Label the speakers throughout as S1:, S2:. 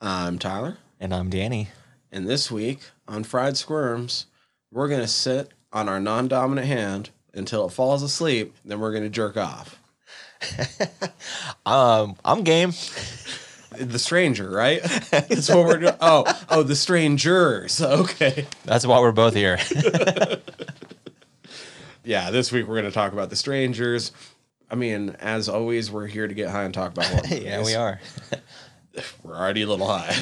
S1: Tyler,
S2: And I'm Danny.
S1: and this week on Fried Squirms, we're going to sit on our non dominant hand until it falls asleep, then we're going to jerk off.
S2: Um, I'm game.
S1: The stranger, right? That's what we're doing. Oh, oh, the strangers. Okay.
S2: That's why we're both here.
S1: Yeah, this week we're going to talk about the strangers. I mean, as always, we're here to get high and talk about horror
S2: yeah,
S1: movies.
S2: we are.
S1: We're already a little high.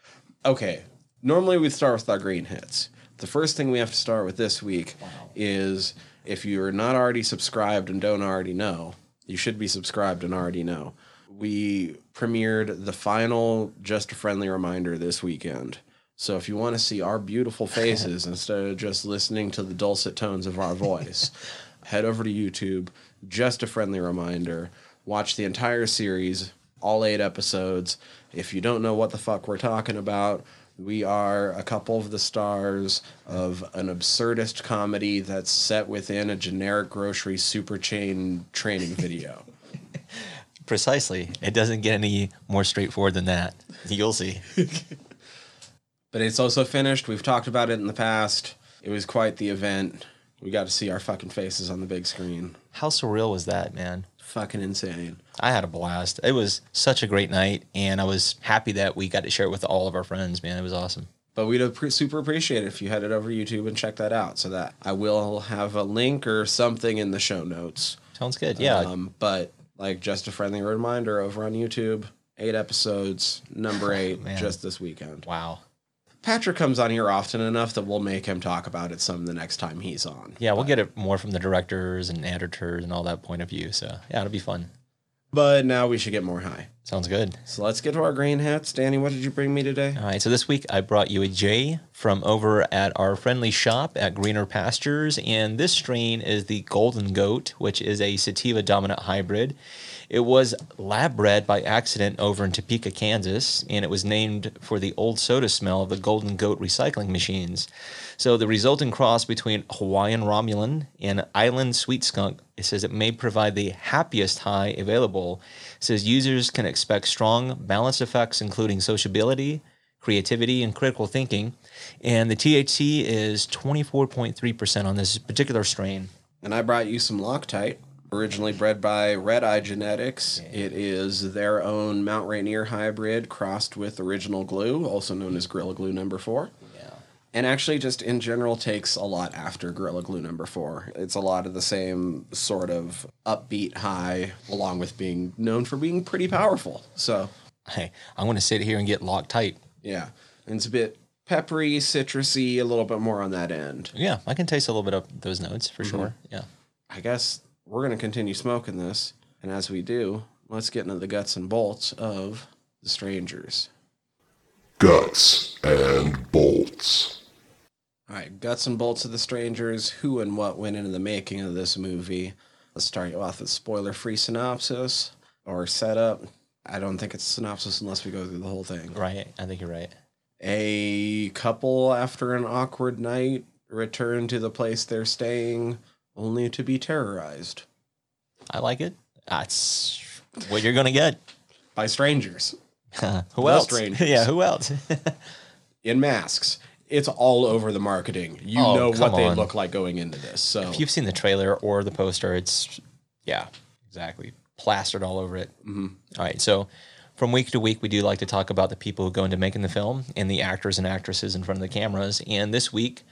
S1: okay. Normally we start with our green hits. The first thing we have to start with this week is if you're not already subscribed and don't already know, you should be subscribed and already know. We premiered the final Just a Friendly Reminder this weekend. So if you want to see our beautiful faces instead of just listening to the dulcet tones of our voice, head over to YouTube, just a friendly reminder. Watch the entire series, all eight episodes. If you don't know what the fuck we're talking about, we are a couple of the stars of an absurdist comedy that's set within a generic grocery super chain training video.
S2: Precisely. It doesn't get any more straightforward than that. You'll see.
S1: But it's also finished. We've talked about it in the past. It was quite the event. We got to see our fucking faces on the big screen.
S2: How surreal was that, man?
S1: Fucking insane.
S2: I had a blast. It was such a great night, and I was happy that we got to share it with all of our friends, man. It was awesome.
S1: But we'd appre- super appreciate it if you headed over to YouTube and check that out. So that I will have a link or something in the show notes.
S2: Sounds good. Yeah.
S1: Um, but like just a friendly reminder over on YouTube, eight episodes, number eight,
S2: Oh, Man.
S1: just this weekend.
S2: wow.
S1: Patrick comes on here often enough that we'll make him talk about it some the next time he's on.
S2: Yeah, we'll get it more from the directors and editors and all that point of view. So yeah, it'll be fun.
S1: But now we should get more high.
S2: Sounds good.
S1: So let's get to our green hats. Danny, what did you bring me today?
S2: All right, so this week I brought you a J from over at our friendly shop at Greener Pastures, and this strain is the Golden Goat, which is a sativa dominant hybrid. It was lab bred by accident over in Topeka, Kansas, and it was named for the old soda smell of the Golden Goat recycling machines. So the resulting cross between Hawaiian Romulan and Island Sweet Skunk it says it may provide the happiest high available. It says users can expect strong balanced effects, including sociability, creativity, and critical thinking. And the THC is 24.3% on this particular strain.
S1: And I brought you some Loctite, originally bred by Red Eye Genetics. It is their own Mount Rainier hybrid crossed with original glue, also known as Gorilla Glue number four.
S2: Yeah.
S1: and actually just in general takes a lot after gorilla glue number four it's a lot of the same sort of upbeat high along with being known for being pretty powerful so
S2: Hey, I'm going to sit here and get locked tight.
S1: yeah and it's a bit peppery citrusy a little bit more on that end
S2: Yeah, I can taste a little bit of those notes for sure. Yeah.
S1: i guess we're going to continue smoking this and as we do let's get into the guts and bolts of the strangers
S3: Guts and bolts.
S1: All right, guts and bolts of the strangers. Who and what went into the making of this movie? Let's start you off with spoiler-free synopsis or setup. I don't think it's synopsis unless we go through the whole thing.
S2: Right. I think you're right.
S1: A couple after an awkward night return to the place they're staying, only to be terrorized
S2: I like it. That's what you're going to get.
S1: by strangers
S2: who
S1: The
S2: else?
S1: strangers.
S2: Yeah, who else?
S1: in masks. It's all over the marketing. You
S2: Oh,
S1: know what
S2: come
S1: they
S2: on.
S1: look like going into this. So
S2: if you've seen the trailer or the poster, it's yeah, exactly plastered all over it. Mm-hmm. right, so from week to week, we do like to talk about the people who go into making the film and the actors and actresses in front of the cameras. And this week,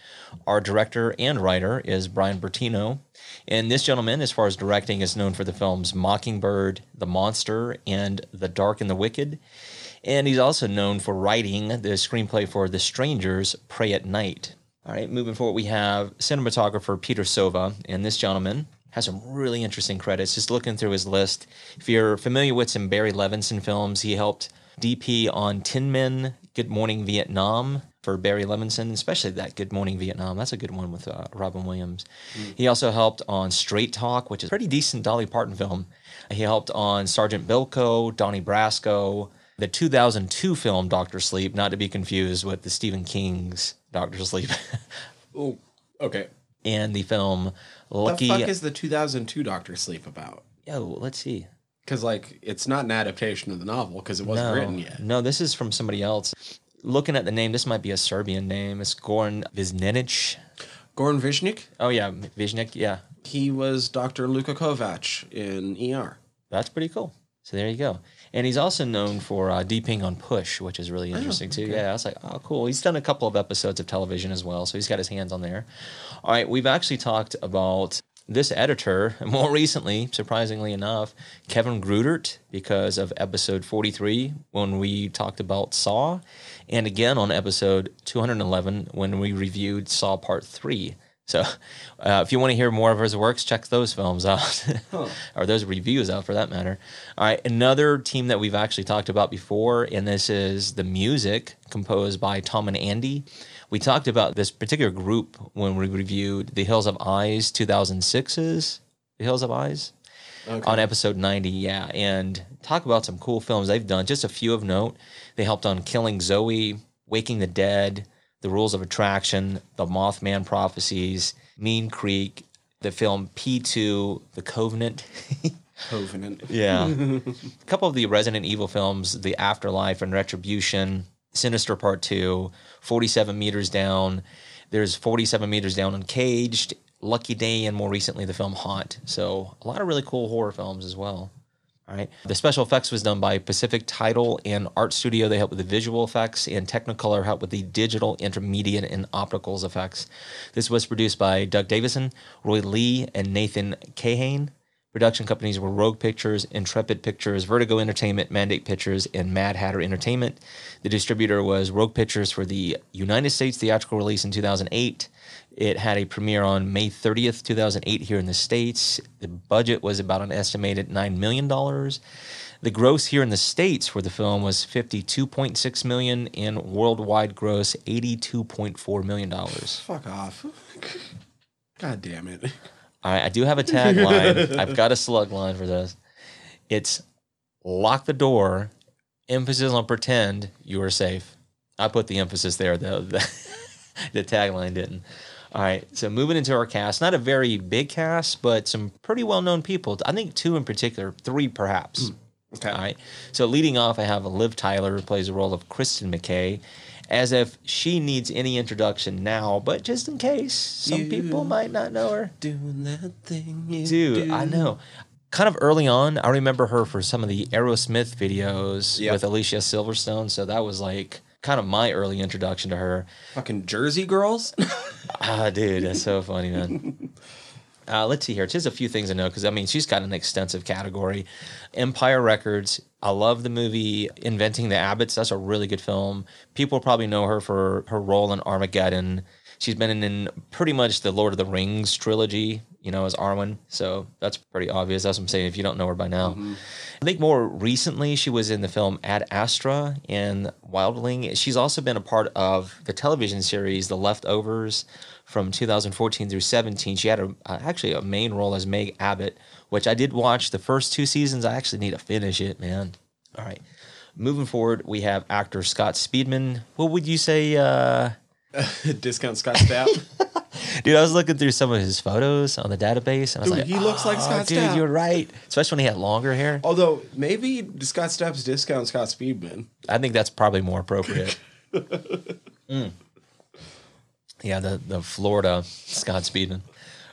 S2: our director and writer is Brian Bertino, and this gentleman, as far as directing, is known for the films Mockingbird, The Monster, and The Dark and the Wicked. And he's also known for writing the screenplay for The Strangers Pray at Night. All right, moving forward, we have cinematographer Peter Sova, and this gentleman has some really interesting credits. Just looking through his list, if you're familiar with some Barry Levinson films, he helped DP on Tin Men, Good Morning Vietnam for Barry Levinson, especially that Good Morning Vietnam. That's a good one with uh, Robin Williams. He also helped on Straight Talk, which is a pretty decent Dolly Parton film. He helped on Sergeant Bilko, Donnie Brasco, the 2002 film Doctor Sleep, not to be confused with the Stephen King's Doctor Sleep,
S1: oh, okay.
S2: and the film
S1: What
S2: Lucky.
S1: the fuck is the 2002 Doctor Sleep about?
S2: oh, let's see.
S1: Because like it's not an adaptation of the novel because it wasn't
S2: no,
S1: written yet.
S2: No, this is from somebody else. Looking at the name, this might be a Serbian name. It's Goran Viznenic.
S1: Goran Vishnik,
S2: Oh yeah, Viznik. Yeah,
S1: he was Doctor Luka Kovac in ER.
S2: that's pretty cool. So there you go. And he's also known for uh, Deeping on Push, which is really interesting too. Yeah, I was like, oh, cool. He's done a couple of episodes of television as well, so he's got his hands on there. All right, we've actually talked about this editor more recently, surprisingly enough, Kevin Grudert, because of episode 43 when we talked about Saw, and again on episode 211 when we reviewed Saw Part 3. So, uh, if you want to hear more of his works, check those films out, or those reviews out for that matter. All right, another team that we've actually talked about before, and this is the music composed by Tom and Andy. We talked about this particular group when we reviewed The Hills of Eyes 2006's The Hills of Eyes on episode 90, yeah, and talk about some cool films they've done. Just a few of note. They helped on Killing Zoe, Waking the Dead, The Rules of Attraction, The Mothman Prophecies, Mean Creek, the film P2, The Covenant.
S1: Covenant.
S2: Yeah. a couple of the Resident Evil films, The Afterlife and Retribution, Sinister Part 2, 47 Meters Down. There's 47 Meters Down and Caged, Lucky Day, and more recently the film Haunt. So a lot of really cool horror films as well. All right. The special effects was done by Pacific Title and Art Studio. They help with the visual effects, and Technicolor helped with the digital, intermediate, and opticals effects. This was produced by Doug Davison, Roy Lee, and Nathan Kahane. Production companies were Rogue Pictures, Intrepid Pictures, Vertigo Entertainment, Mandate Pictures, and Mad Hatter Entertainment. The distributor was Rogue Pictures for the United States theatrical release in 2008. It had a premiere on May 30th, 2008, here in the States. The budget was about an estimated $9 million. The gross here in the States for the film was $52.6 million and worldwide gross $82.4 million. All
S1: Fuck off. God damn it.
S2: right, I do have a tagline. I've got a slug line for this. It's lock the door, emphasis on pretend you are safe. I put the emphasis there, though. The, the tagline didn't. All right, so moving into our cast, not a very big cast, but some pretty well known people. I think two in particular, three perhaps.
S1: Okay.
S2: All right. So leading off, I have Liv Tyler who plays the role of Kristen McKay, as if she needs any introduction now, but just in case, some
S1: You-
S2: people might not know her.
S1: Doing that thing. You
S2: Dude,
S1: do.
S2: I know. Kind of early on, I remember her for some of the Aerosmith videos
S1: Yep.
S2: with Alicia Silverstone. So that was like kind of my early introduction to her.
S1: Fucking Jersey girls.
S2: Ah, dude, that's so funny, man. Uh, let's see here. Just a few things I know because I mean she's got an extensive category. Empire Records. I love the movie Inventing the Abbots. That's a really good film. People probably know her for her role in Armageddon. She's been in, in pretty much the Lord of the Rings trilogy, you know, as Arwen. So that's pretty obvious. That's what I'm saying. If you don't know her by now, I think more recently she was in the film Ad Astra in Wildling. She's also been a part of the television series The Leftovers from 2014 through 17. She had a, uh, actually a main role as Meg Abbott, which I did watch the first two seasons. I actually need to finish it, man. All right. Moving forward, we have actor Scott Speedman. What would you say? Uh,
S1: Discount Scott Stapp.
S2: dude, I was looking through some of his photos on the database, and I
S1: Dude,
S2: was like,
S1: he looks like
S2: "Oh,
S1: Scott
S2: Dude,
S1: Stapp."
S2: you're right. Especially when he had longer hair.
S1: Although maybe Scott Stapp's discount Scott Speedman.
S2: I think that's probably more appropriate. Mm. Yeah, the the Florida Scott Speedman.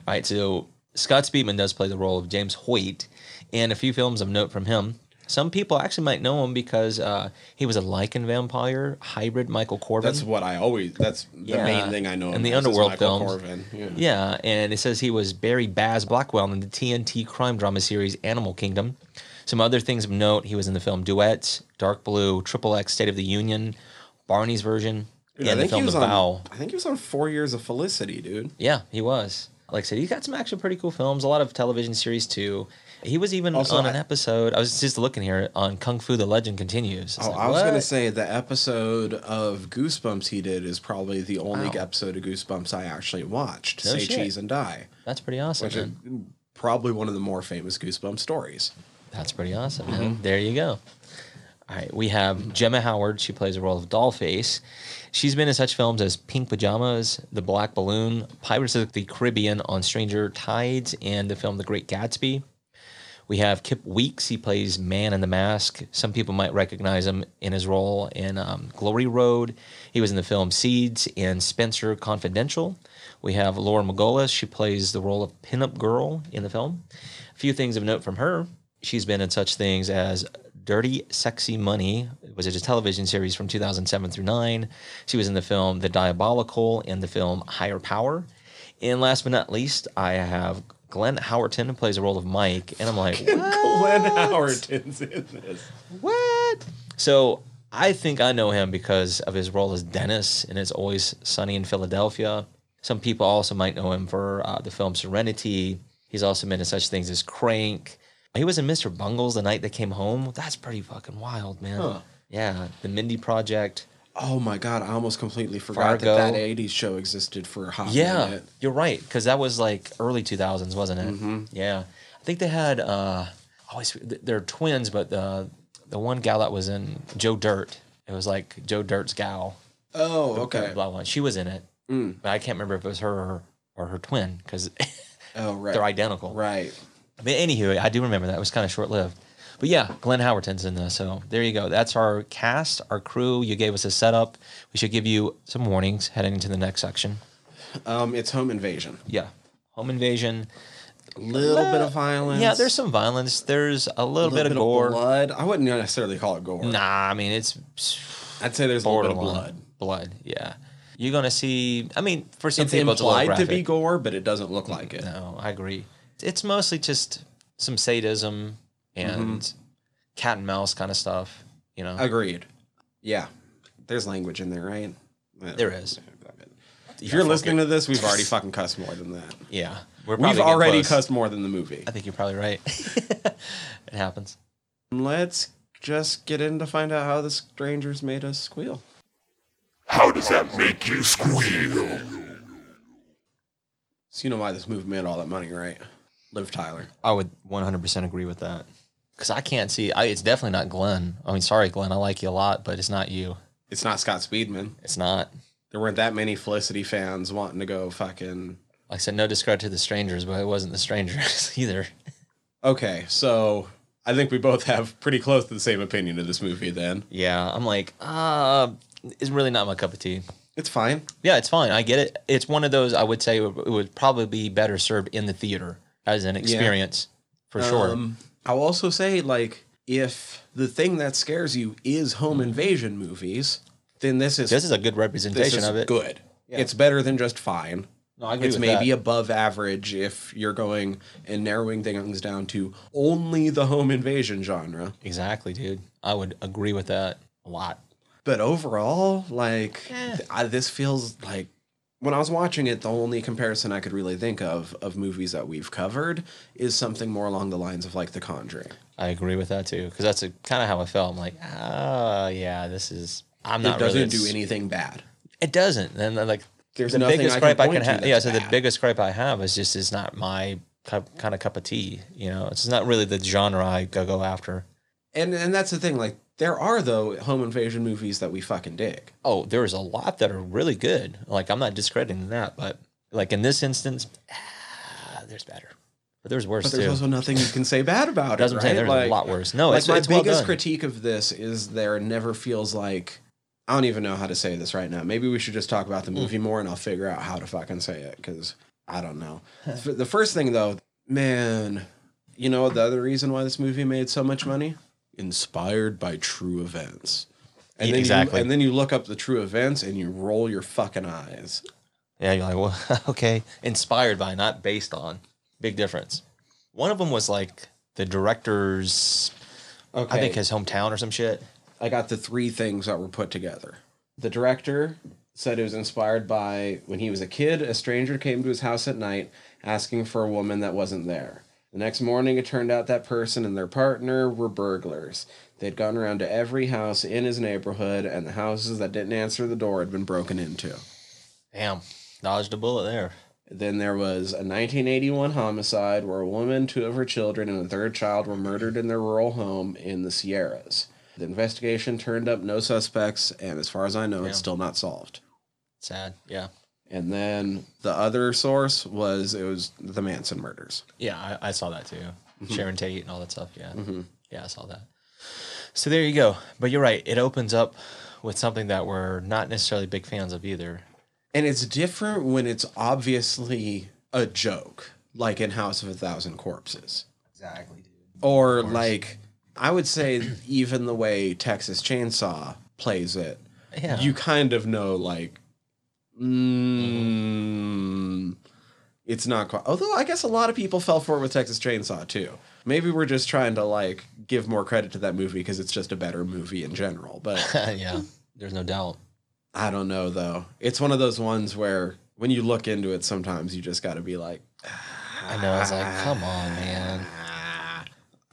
S2: All right, so Scott Speedman does play the role of James Hoyt in a few films of note from him. Some people actually might know him because uh, he was a Lycan vampire hybrid Michael Corbin.
S1: That's what I always. That's the
S2: Mm-hmm. Yeah.
S1: main thing I know.
S2: And
S1: him
S2: the
S1: as is
S2: Underworld
S1: Michael
S2: films.
S1: Corvin. Yeah.
S2: Yeah, and it says he was Barry Baz Blackwell in the TNT crime drama series Animal Kingdom. Some other things of note: he was in the film Duets, Dark Blue, Triple X, State of the Union, Barney's version,
S1: Dude,
S2: and the film The
S1: on.
S2: Vow.
S1: I think he was on Four Years of Felicity, dude.
S2: Yeah, he was. Like I said, he's got some actually pretty cool films. A lot of television series too. He was even
S1: Also,
S2: on an
S1: I-
S2: episode. I was just looking here on Kung Fu: The Legend Continues.
S1: Oh, I was gonna say the episode of Goosebumps he did is probably the only
S2: Wow.
S1: episode of Goosebumps I actually watched.
S2: No
S1: Say
S2: shit.
S1: cheese and die,
S2: that's pretty awesome.
S1: which is
S2: man.
S1: probably one of the more famous Goosebumps stories.
S2: That's pretty awesome, man. There you go. All right, we have Gemma Howard. She plays the role of Dollface. She's been in such films as Pink Pajamas, The Black Balloon, Pirates of the Caribbean on Stranger Tides, and the film The Great Gatsby. We have Kip Weeks. He plays Man in the Mask. Some people might recognize him in his role in um, Glory Road. He was in the film Seeds and Spencer Confidential. We have Laura Magolas. She plays the role of Pinup Girl in the film. A few things of note from her. She's been in such things as Dirty Sexy Money, which is a television series from 2007 through 9. She was in the film The Diabolical and the film Higher Power. And last but not least, I have Glenn Howerton who plays the role of Mike. And I'm like, what?
S1: Glenn Howerton's in this.
S2: what? So I think I know him because of his role as Dennis in It's Always Sunny in Philadelphia. Some people also might know him for uh, the film Serenity. He's also been in such things as Crank. He was in Mr. Bungles the night they came home. That's pretty fucking wild, man.
S1: Huh.
S2: Yeah, the Mindy Project.
S1: Oh my god, I almost completely forgot
S2: Fargo.
S1: that that 80s show existed for a hot
S2: Yeah,
S1: minute.
S2: you're right because that was like early 2000s, wasn't it?
S1: Mm-hmm.
S2: Yeah, I think they had uh, I always th- they're twins, but the the one gal that was in Joe Dirt, it was like Joe Dirt's gal,
S1: Oh,
S2: the
S1: okay. Mm.
S2: blonde one. She was in it, but I can't remember if it was her or her twin because
S1: Oh, right.
S2: they're identical.
S1: Right.
S2: But anywho, I do remember that it was kind of short lived. But yeah, Glenn Howerton's in this. So there you go. That's our cast, our crew. You gave us a setup. We should give you some warnings heading into the next section.
S1: Um, it's home invasion.
S2: Yeah. Home invasion.
S1: Little bit of violence.
S2: Uh, Yeah, there's some violence. There's a little,
S1: little
S2: bit, of gore.
S1: blood. I wouldn't necessarily call it gore.
S2: Nah, I mean it's
S1: I'd say there's a little bit of
S2: borderline
S1: blood.
S2: Blood, yeah. You're gonna see. I mean, for some
S1: It's
S2: people, it's a
S1: implied
S2: little
S1: to be
S2: graphic.
S1: gore, but it doesn't look like it.
S2: No, I agree. It's mostly just some sadism
S1: Mm-hmm.
S2: and cat and mouse kind of stuff. You know,
S1: Agreed. Yeah. There's language in there, right?
S2: There is.
S1: If you're
S2: fuck
S1: listening to this, we've already fucking cussed more than that.
S2: yeah, we're
S1: We've
S2: getting
S1: already
S2: close.
S1: cussed more than the movie.
S2: I think you're probably right. it happens.
S1: Let's just get in to find out how the strangers made us squeal.
S3: How does that make you squeal?
S1: So you know why this movie made all that money, right? Liv Tyler.
S2: I would 100% agree with that because I can't see. I, it's definitely not Glenn. I mean, sorry, Glenn. I like you a lot, but it's not you.
S1: It's not Scott Speedman.
S2: It's not.
S1: There weren't that many Felicity fans wanting to go fucking.
S2: Like I said, no discredit to the strangers, but it wasn't the strangers either.
S1: Okay, so I think we both have pretty close to the same opinion of this movie. Then
S2: Yeah, I'm like, uh, it's really not my cup of tea.
S1: it's fine.
S2: Yeah, it's fine. I get it. It's one of those I would say it would probably be better served in the theater as an experience for sure.
S1: Um, I'll also say, like, if the thing that scares you is home invasion movies, then this is
S2: This is a good
S1: this
S2: representation
S1: is
S2: of it.
S1: good. It's better than just fine.
S2: No, I agree
S1: It's
S2: with
S1: maybe
S2: that.
S1: above average if you're going and narrowing things down to only the home invasion genre.
S2: exactly, dude. I would agree with that a lot.
S1: But overall, like,
S2: Eh.
S1: th- I, this feels like when I was watching it, the only comparison I could really think of of movies that we've covered is something more along the lines of like The Conjuring.
S2: I agree with that too because that's kind of how I felt. I'm like, ah, yeah, this is. I'm not
S1: it doesn't
S2: really.
S1: do anything bad.
S2: It doesn't. And then, like
S1: There's
S2: the
S1: nothing
S2: biggest
S1: I can
S2: gripe I can
S1: point to
S2: have.
S1: that's
S2: Yeah, so the
S1: bad.
S2: biggest gripe I have is just it's not my cup, kind of cup of tea. You know, it's not really the genre I go go after.
S1: And and that's the thing. Like, there are though home invasion movies that we fucking dig.
S2: Oh, there's a lot that are really good. Like I'm not discrediting that, but like in this instance, ah, there's better, but there's worse
S1: But there's
S2: too.
S1: also nothing you can say bad about
S2: That's
S1: it.
S2: what I'm
S1: Right?
S2: saying. There's
S1: like,
S2: a lot worse. No,
S1: like
S2: Oh, it's,
S1: my
S2: it's well
S1: biggest
S2: done.
S1: critique of this is there never feels like I don't even know how to say this right now. Maybe we should just talk about the
S2: Mm.
S1: movie more, and I'll figure out how to fucking say it because I don't know. F- the first thing though, man, you know the other reason why this movie made so much money? Inspired by true events. And
S2: Yeah,
S1: then
S2: exactly.
S1: You, and then you look up the true events and you roll your fucking eyes.
S2: Yeah, you're like, well, okay, inspired by, not based on. Big difference. One of them was like the director's,
S1: Okay.
S2: I think his hometown or some shit.
S1: I got the three things that were put together. The director said it was inspired by when he was a kid, a stranger came to his house at night asking for a woman that wasn't there. The next morning, it turned out that person and their partner were burglars. They'd gone around to every house in his neighborhood, and the houses that didn't answer the door had been broken into.
S2: Damn, dodged a bullet there.
S1: Then there was a 1981 homicide where a woman, two of her children, and a third child were murdered in their rural home in the Sierras. The investigation turned up no suspects, and as far as I know, it's still not solved.
S2: Sad. Yeah.
S1: And then the other source was it was the Manson murders.
S2: Yeah, I, I saw that too. Sharon Tate and all that stuff. Yeah, yeah, I saw that. So there you go. But you're right. It opens up with something that we're not necessarily big fans of either.
S1: And it's different when it's obviously a joke, like in House of a Thousand Corpses.
S4: Exactly, dude.
S1: Or like I would say even the way Texas Chainsaw plays it,
S2: Yeah,
S1: you kind of know like mm, it's not quite although I guess a lot of people fell for it with Texas Chainsaw too. Maybe we're just trying to like give more credit to that movie because it's just a better movie in general, but
S2: yeah. There's no doubt.
S1: I don't know though. It's one of those ones where when you look into it, sometimes you just got to be like,
S2: I know. I was like, come on, man.
S1: ah,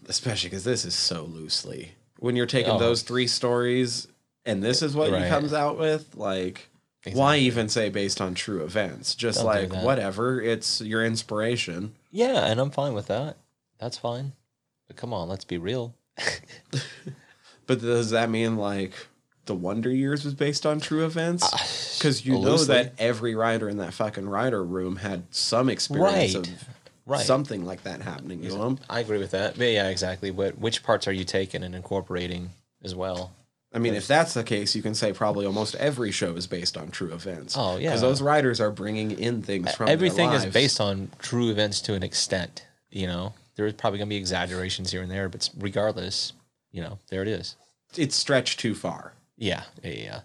S1: especially because this is so loosely. When you're taking
S2: Oh.
S1: those three stories and this is what
S2: Right.
S1: he comes out with, like, why even say based on true events? Just
S2: Don't do
S1: like
S2: that.
S1: whatever, it's your inspiration.
S2: Yeah, and I'm fine with that. That's fine. But come on, let's be real.
S1: But does that mean like the Wonder Years was based on true events? Because you know
S2: Ah, loosely.
S1: that every writer in that fucking writer room had some experience
S2: Right.
S1: of
S2: Right.
S1: something like that happening to them.
S2: I agree with that. But yeah, exactly. But which parts are you taking and incorporating as well?
S1: I mean, if that's the case, you can say probably almost every show is based on true events.
S2: Oh, yeah. E,
S1: because those writers are bringing in things from
S2: Everything is based on true events to an extent. You know, there's probably going to be exaggerations here and there, but regardless, you know, there it is.
S1: It's stretched too far.
S2: Yeah, yeah, yeah.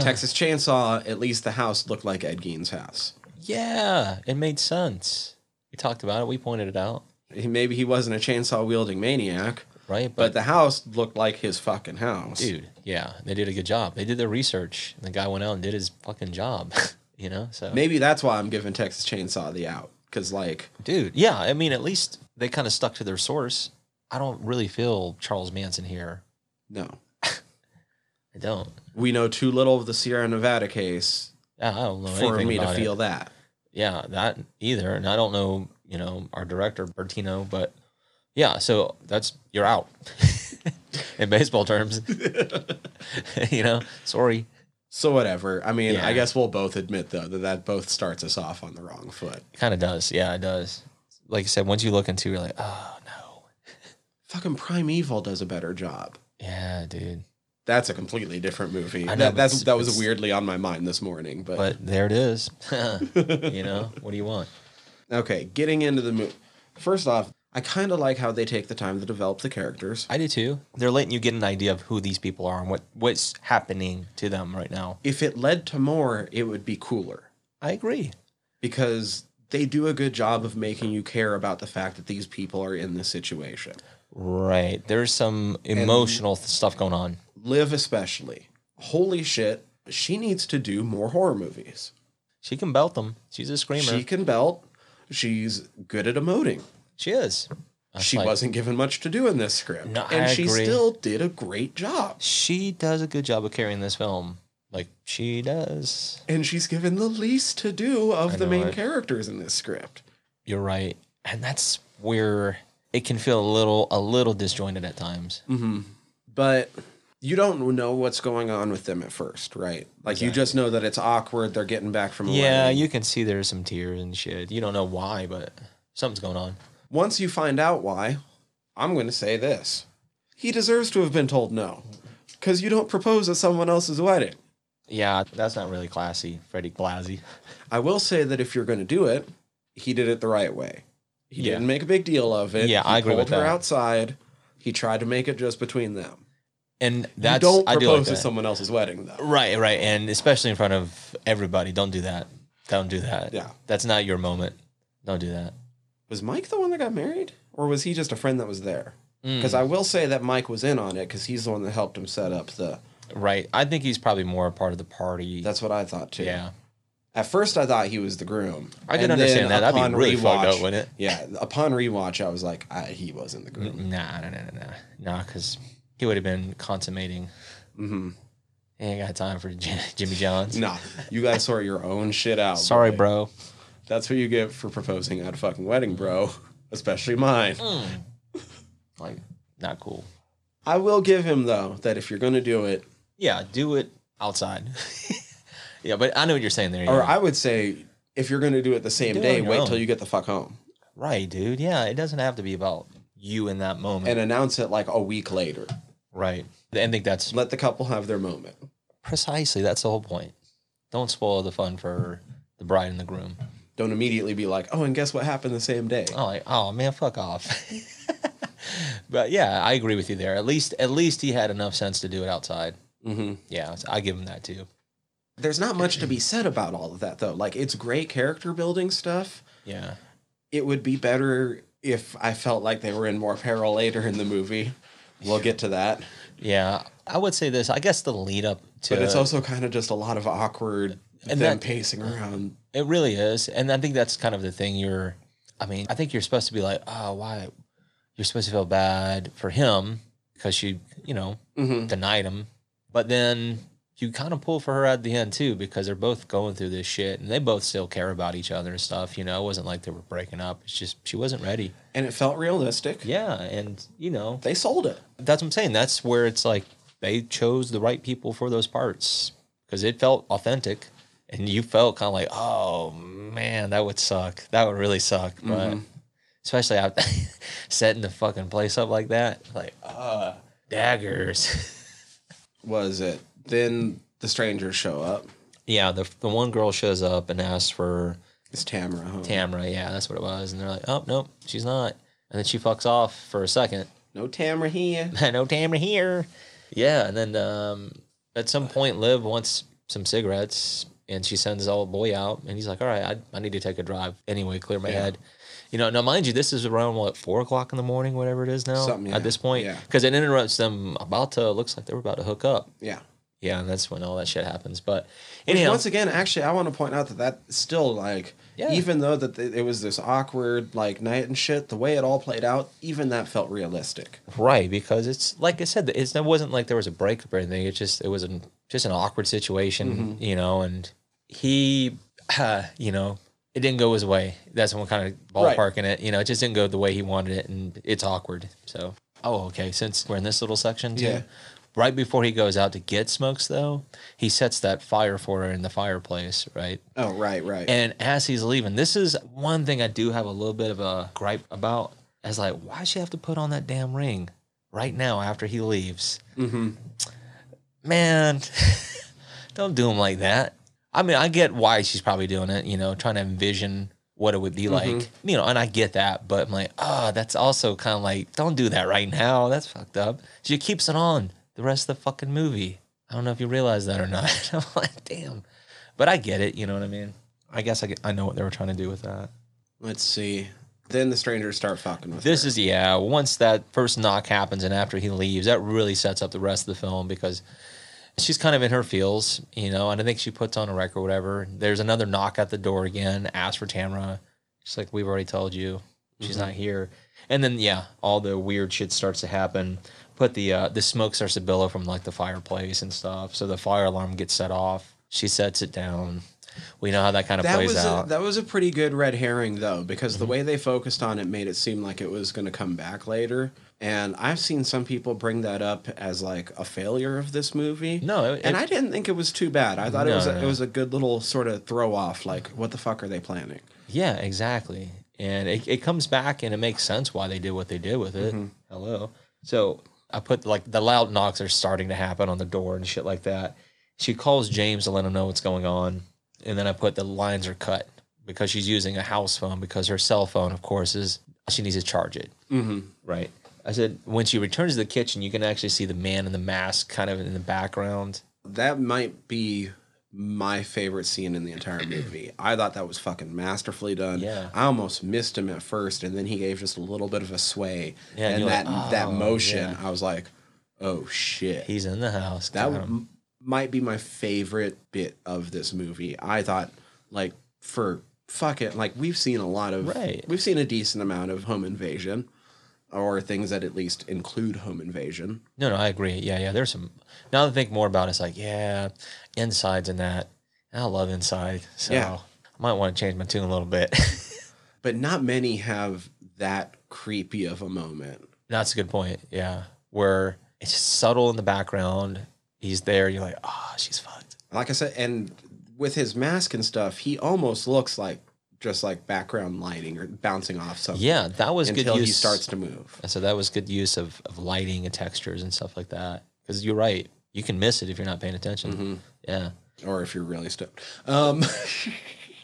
S1: Texas Chainsaw. At least the house looked like Ed Gein's house.
S2: Yeah, it made sense. We talked about it. We pointed it out,
S1: He- Maybe he wasn't a chainsaw wielding maniac,
S2: right?
S1: but the house looked like his fucking house.
S2: dude, yeah, they did a good job. They did their research. And the guy went out and did his fucking job. you know, so
S1: Maybe that's why I'm giving Texas Chainsaw the out. Because, like,
S2: dude yeah i mean at least they kind of stuck to their source i don't really feel charles manson here
S1: no.
S2: i don't
S1: We know too little of the Sierra Nevada case
S2: i don't know
S1: for
S2: anything
S1: me to
S2: about it.
S1: feel that.
S2: yeah that either and i don't know you know our director bertino but yeah so that's you're out in baseball terms you know sorry
S1: So, whatever. I mean, I
S2: Yeah.
S1: guess we'll both admit, though, that that both starts us off on the wrong foot.
S2: it kind of does yeah it does like you said once you look into it, you're like oh no
S1: Fucking Primeval does a better job.
S2: yeah dude
S1: That's a completely different movie.
S2: I know,
S1: that,
S2: but
S1: that's,
S2: it's-
S1: that was
S2: it's-
S1: weirdly on my mind this morning. But,
S2: but there it is you know what do you want
S1: okay, getting into the movie. First off, I kind of like how they take the time to develop the characters.
S2: I do too. They're letting you get an idea of who these people are and what what's happening to them right now.
S1: If it led to more, it would be cooler.
S2: I agree.
S1: because they do a good job of making you care about the fact that these people are in this situation.
S2: Right. There's some emotional th- stuff going on.
S1: Liv, especially. Holy shit, she needs to do more horror movies.
S2: She can belt them. She's a screamer.
S1: She
S2: She,
S1: can belt. She's good at emoting.
S2: is. I was
S1: she
S2: like,
S1: wasn't given much to do in this script.
S2: No,
S1: and
S2: I
S1: she
S2: agree.
S1: still did a great job.
S2: She does a good job of carrying this film. Like she does.
S1: And she's given the least to do of
S2: I
S1: the
S2: know
S1: main
S2: it.
S1: characters in this script.
S2: You're right. And that's where it can feel a little a little disjointed at times.
S1: Mm-hmm. but you don't know what's going on with them at first, right? Like you just know that it's awkward. They're getting back from a
S2: Yeah,
S1: wedding.
S2: you can see there's some tears and shit. You don't know why, but something's going on.
S1: Once you find out why, I'm going to say this. He deserves to have been told no because you don't propose at someone else's wedding.
S2: Yeah, that's not really classy, Freddie Blasey.
S1: I will say that if you're going to do it, he did it the right way. He
S2: Yeah.
S1: didn't make a big deal of it.
S2: Yeah,
S1: he
S2: I agree
S1: pulled
S2: with
S1: her
S2: that.
S1: outside. He tried to make it just between them.
S2: And that's
S1: you don't
S2: I
S1: propose
S2: do like
S1: at
S2: that.
S1: someone else's wedding, though.
S2: Right, right, and especially in front of everybody. Don't do that. Don't do that.
S1: Yeah.
S2: that's not your moment. Don't do that.
S1: Was Mike the one that got married, or was he just a friend that was there?
S2: Mm.
S1: Because
S2: Hmm.
S1: I will say that Mike was in on it because he's the one that helped him set up the.
S2: Right. I think he's probably more a part of the party.
S1: That's what I thought too.
S2: yeah.
S1: At first, I thought he was the groom.
S2: I can
S1: And
S2: understand
S1: then
S2: that. That'd be
S1: upon
S2: really fucked up, wouldn't it?
S1: Yeah. Upon rewatch, I was like, I, he wasn't the groom.
S2: Nah, nah, nah, nah, nah, nah. Because he would have been consummating. Mm-hmm. Ain't got time for Jim- Jimmy John's.
S1: Nah, you guys sort your own shit out.
S2: Sorry,
S1: boy.
S2: bro.
S1: That's what you get for proposing at a fucking wedding, bro.
S2: Mm.
S1: Especially mine.
S2: Like, not cool.
S1: I will give him though that if you're gonna do it,
S2: Yeah, do it outside. yeah, but I know what you're saying there.
S1: or
S2: yeah.
S1: I would say if you're gonna do it the same
S2: Do it
S1: day,
S2: on your
S1: wait
S2: own.
S1: till you get the fuck home.
S2: right, dude. Yeah, it doesn't have to be about you in that moment.
S1: and announce it like a week later.
S2: right. I think that's
S1: Let the couple have their moment.
S2: precisely that's the whole point. Don't spoil the fun for the bride and the groom.
S1: Don't immediately be like, oh, and guess what happened the same day?
S2: Oh, like, oh man, fuck off. but yeah, I agree with you there. At least, at least he had enough sense to do it outside.
S1: Mm-hmm.
S2: Yeah, so I give him that too.
S1: There's not much to be said about all of that, though. Like, it's great character building stuff.
S2: Yeah,
S1: It would be better if I felt like they were in more peril later in the movie. We'll get to that.
S2: yeah. I would say this. I guess the lead up to
S1: But it's also kind of just a lot of awkward
S2: And
S1: them
S2: that-
S1: pacing around.
S2: It really is. And I think that's kind of the thing you're I mean, I think you're supposed to be like, "Oh, why you're supposed to feel bad for him because she, you know,
S1: Mm-hmm.
S2: denied him." But then you kind of pull for her at the end too because they're both going through this shit and they both still care about each other and stuff, you know. It wasn't like they were breaking up. It's just she wasn't ready.
S1: And it felt realistic.
S2: Yeah, and you know,
S1: They sold it.
S2: that's what I'm saying. That's where it's like they chose the right people for those parts because it felt authentic, and you felt kind of like, oh man, that would suck. That would really suck. But especially out setting the fucking place up like that, like uh, daggers.
S1: Was it? Then the strangers show up.
S2: yeah, the the one girl shows up and asks for
S1: It's Tamara. Huh?
S2: Tamra. Yeah, that's what it was. And they're like, oh nope, she's not. And then she fucks off for a second.
S1: no Tamara here.
S2: no Tamara here. Yeah, and then um, at some point, Liv wants some cigarettes, and she sends the old boy out, and he's like, "All right, I, I need to take a drive anyway, clear my head." You know, now mind you, this is around what four o'clock in the morning, whatever it is now
S1: Something, yeah.
S2: at this point,
S1: Yeah.
S2: because it interrupts them about to. Looks like they were about to hook up.
S1: Yeah.
S2: Yeah, and that's when all that shit happens. But
S1: Which
S2: anyhow,
S1: once again, actually, I want to point out that that still like,
S2: Yeah.
S1: even though that th- it was this awkward like night and shit, the way it all played out, even that felt realistic.
S2: right because it's like I said, it's, it wasn't like there was a breakup or anything. It just it was an, just an awkward situation,
S1: Mm-hmm.
S2: you know. And he, uh, you know, it didn't go his way. That's when we're kind of
S1: Right.
S2: ballparking it. You know, it just didn't go the way he wanted it, and it's awkward. So, oh, okay. Since we're in this little section, too,
S1: Yeah.
S2: Right before he goes out to get smokes, though, he sets that fire for her in the fireplace, right?
S1: Oh right, right.
S2: And as he's leaving, this is one thing I do have a little bit of a gripe about. Is like, why does she have to put on that damn ring right now after he leaves? Mm-hmm. Man, don't do him like that. I mean, I get why she's probably doing it, you know, trying to envision what it would be like, you know, and I get that, but I'm like, oh, that's also kind of like, don't do that right now. That's fucked up. She keeps it on the rest of the fucking movie. I don't know if you realize that or not. I'm like, damn. But I get it. You know what I mean? I guess I, get- I know what they were trying to do with that.
S1: Let's see. Then the strangers start fucking with
S2: This
S1: her.
S2: is, yeah, once that first knock happens and after he leaves, that really sets up the rest of the film because she's kind of in her feels, you know, and I think she puts on a record or whatever. There's another knock at the door again, asks for Tamara. She's like, we've already told you she's
S1: Mm-hmm.
S2: not here. And then, yeah, all the weird shit starts to happen. Put the uh, the smoke starts to billow from like the fireplace and stuff. So the fire alarm gets set off. She sets it down. We know how that kind of
S1: that
S2: plays
S1: was
S2: out. Mm-hmm.
S1: a, that was a pretty good red herring though, because the way they focused on it made it seem like it was going to come back later. And I've seen some people bring that up as like a failure of this movie.
S2: No, it-
S1: and
S2: it-
S1: I didn't think it was too bad. I thought it
S2: No,
S1: was a,
S2: no,
S1: it
S2: no.
S1: was a good little sort of throw off. Like, what the fuck are they planning?
S2: Yeah, exactly. And it, it comes back and it makes sense why they did what they did with it.
S1: Mm-hmm.
S2: Hello. So I put like the loud knocks are starting to happen on the door and shit like that. She calls James to let him know what's going on. And then I put the lines are cut because she's using a house phone because her cell phone, of course, is she needs to charge it.
S1: Mm-hmm.
S2: Right. I said, when she returns to the kitchen, you can actually see the man in the mask kind of in the background.
S1: That might be my favorite scene in the entire movie. I thought that was fucking masterfully done.
S2: Yeah.
S1: I almost missed him at first, and then he gave just a little bit of a sway.
S2: Yeah, and
S1: and
S2: you're
S1: that
S2: like,
S1: that
S2: "Oh,
S1: motion,
S2: yeah."
S1: I was like, oh shit.
S2: He's in the house.
S1: that
S2: Got
S1: would,
S2: him.
S1: m- might be my favorite bit of this movie. I thought, like, for fuck it, like we've seen a lot of,
S2: Right.
S1: we've seen a decent amount of home invasion, or things that at least include home invasion.
S2: No, no, I agree. Yeah, yeah. There's some. Now that I think more about it, it's like, yeah, insides and that. I love inside. So
S1: Yeah.
S2: I might want to change my tune a little bit.
S1: but not many have that creepy of a moment.
S2: That's a good point. Yeah. Where it's just subtle in the background. He's there. You're like, ah, she's fucked.
S1: Like I said, and with his mask and stuff, he almost looks like just like background lighting or bouncing off something.
S2: Yeah, that was
S1: until
S2: good use.
S1: he starts to move.
S2: And so that was good use of, of lighting and textures and stuff like that. Because you're right, you can miss it if you're not paying attention.
S1: Mm-hmm.
S2: Yeah,
S1: Or if you're really stoned. Um,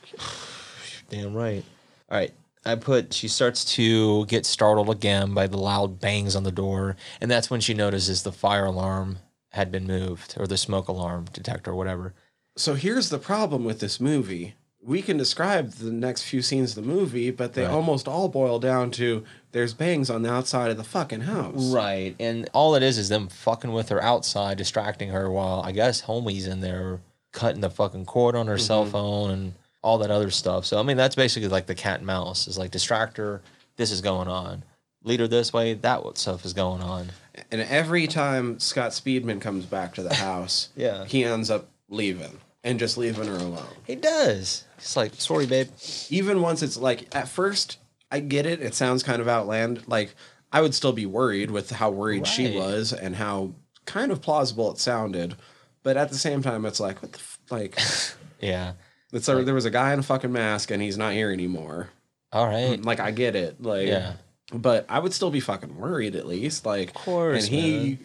S2: damn right. All right, I put she starts to get startled again by the loud bangs on the door, and that's when she notices the fire alarm had been moved or the smoke alarm detector or whatever.
S1: so here's the problem with this movie. We can describe the next few scenes of the movie, but they almost all boil down to there's bangs on the outside of the fucking house.
S2: Right, and all it is is them fucking with her outside, distracting her while I guess homie's in there cutting the fucking cord on her cell phone and all that other stuff. So I mean, that's basically like the cat and mouse is like distract her. This is going on. Lead her this way. That what stuff is going on.
S1: And every time Scott Speedman comes back to the house,
S2: Yeah.
S1: he ends up leaving and just leaving her alone.
S2: He does. It's like sorry, babe.
S1: even once it's like at first i get it it sounds kind of outland like i would still be worried with how worried she
S2: Right.
S1: was and how kind of plausible it sounded but at the same time it's like what the f- like
S2: Yeah.
S1: it's a, there was a guy in a fucking mask and he's not here anymore
S2: All right.
S1: like i get it like
S2: Yeah.
S1: but i would still be fucking worried at least like of
S2: course,
S1: and he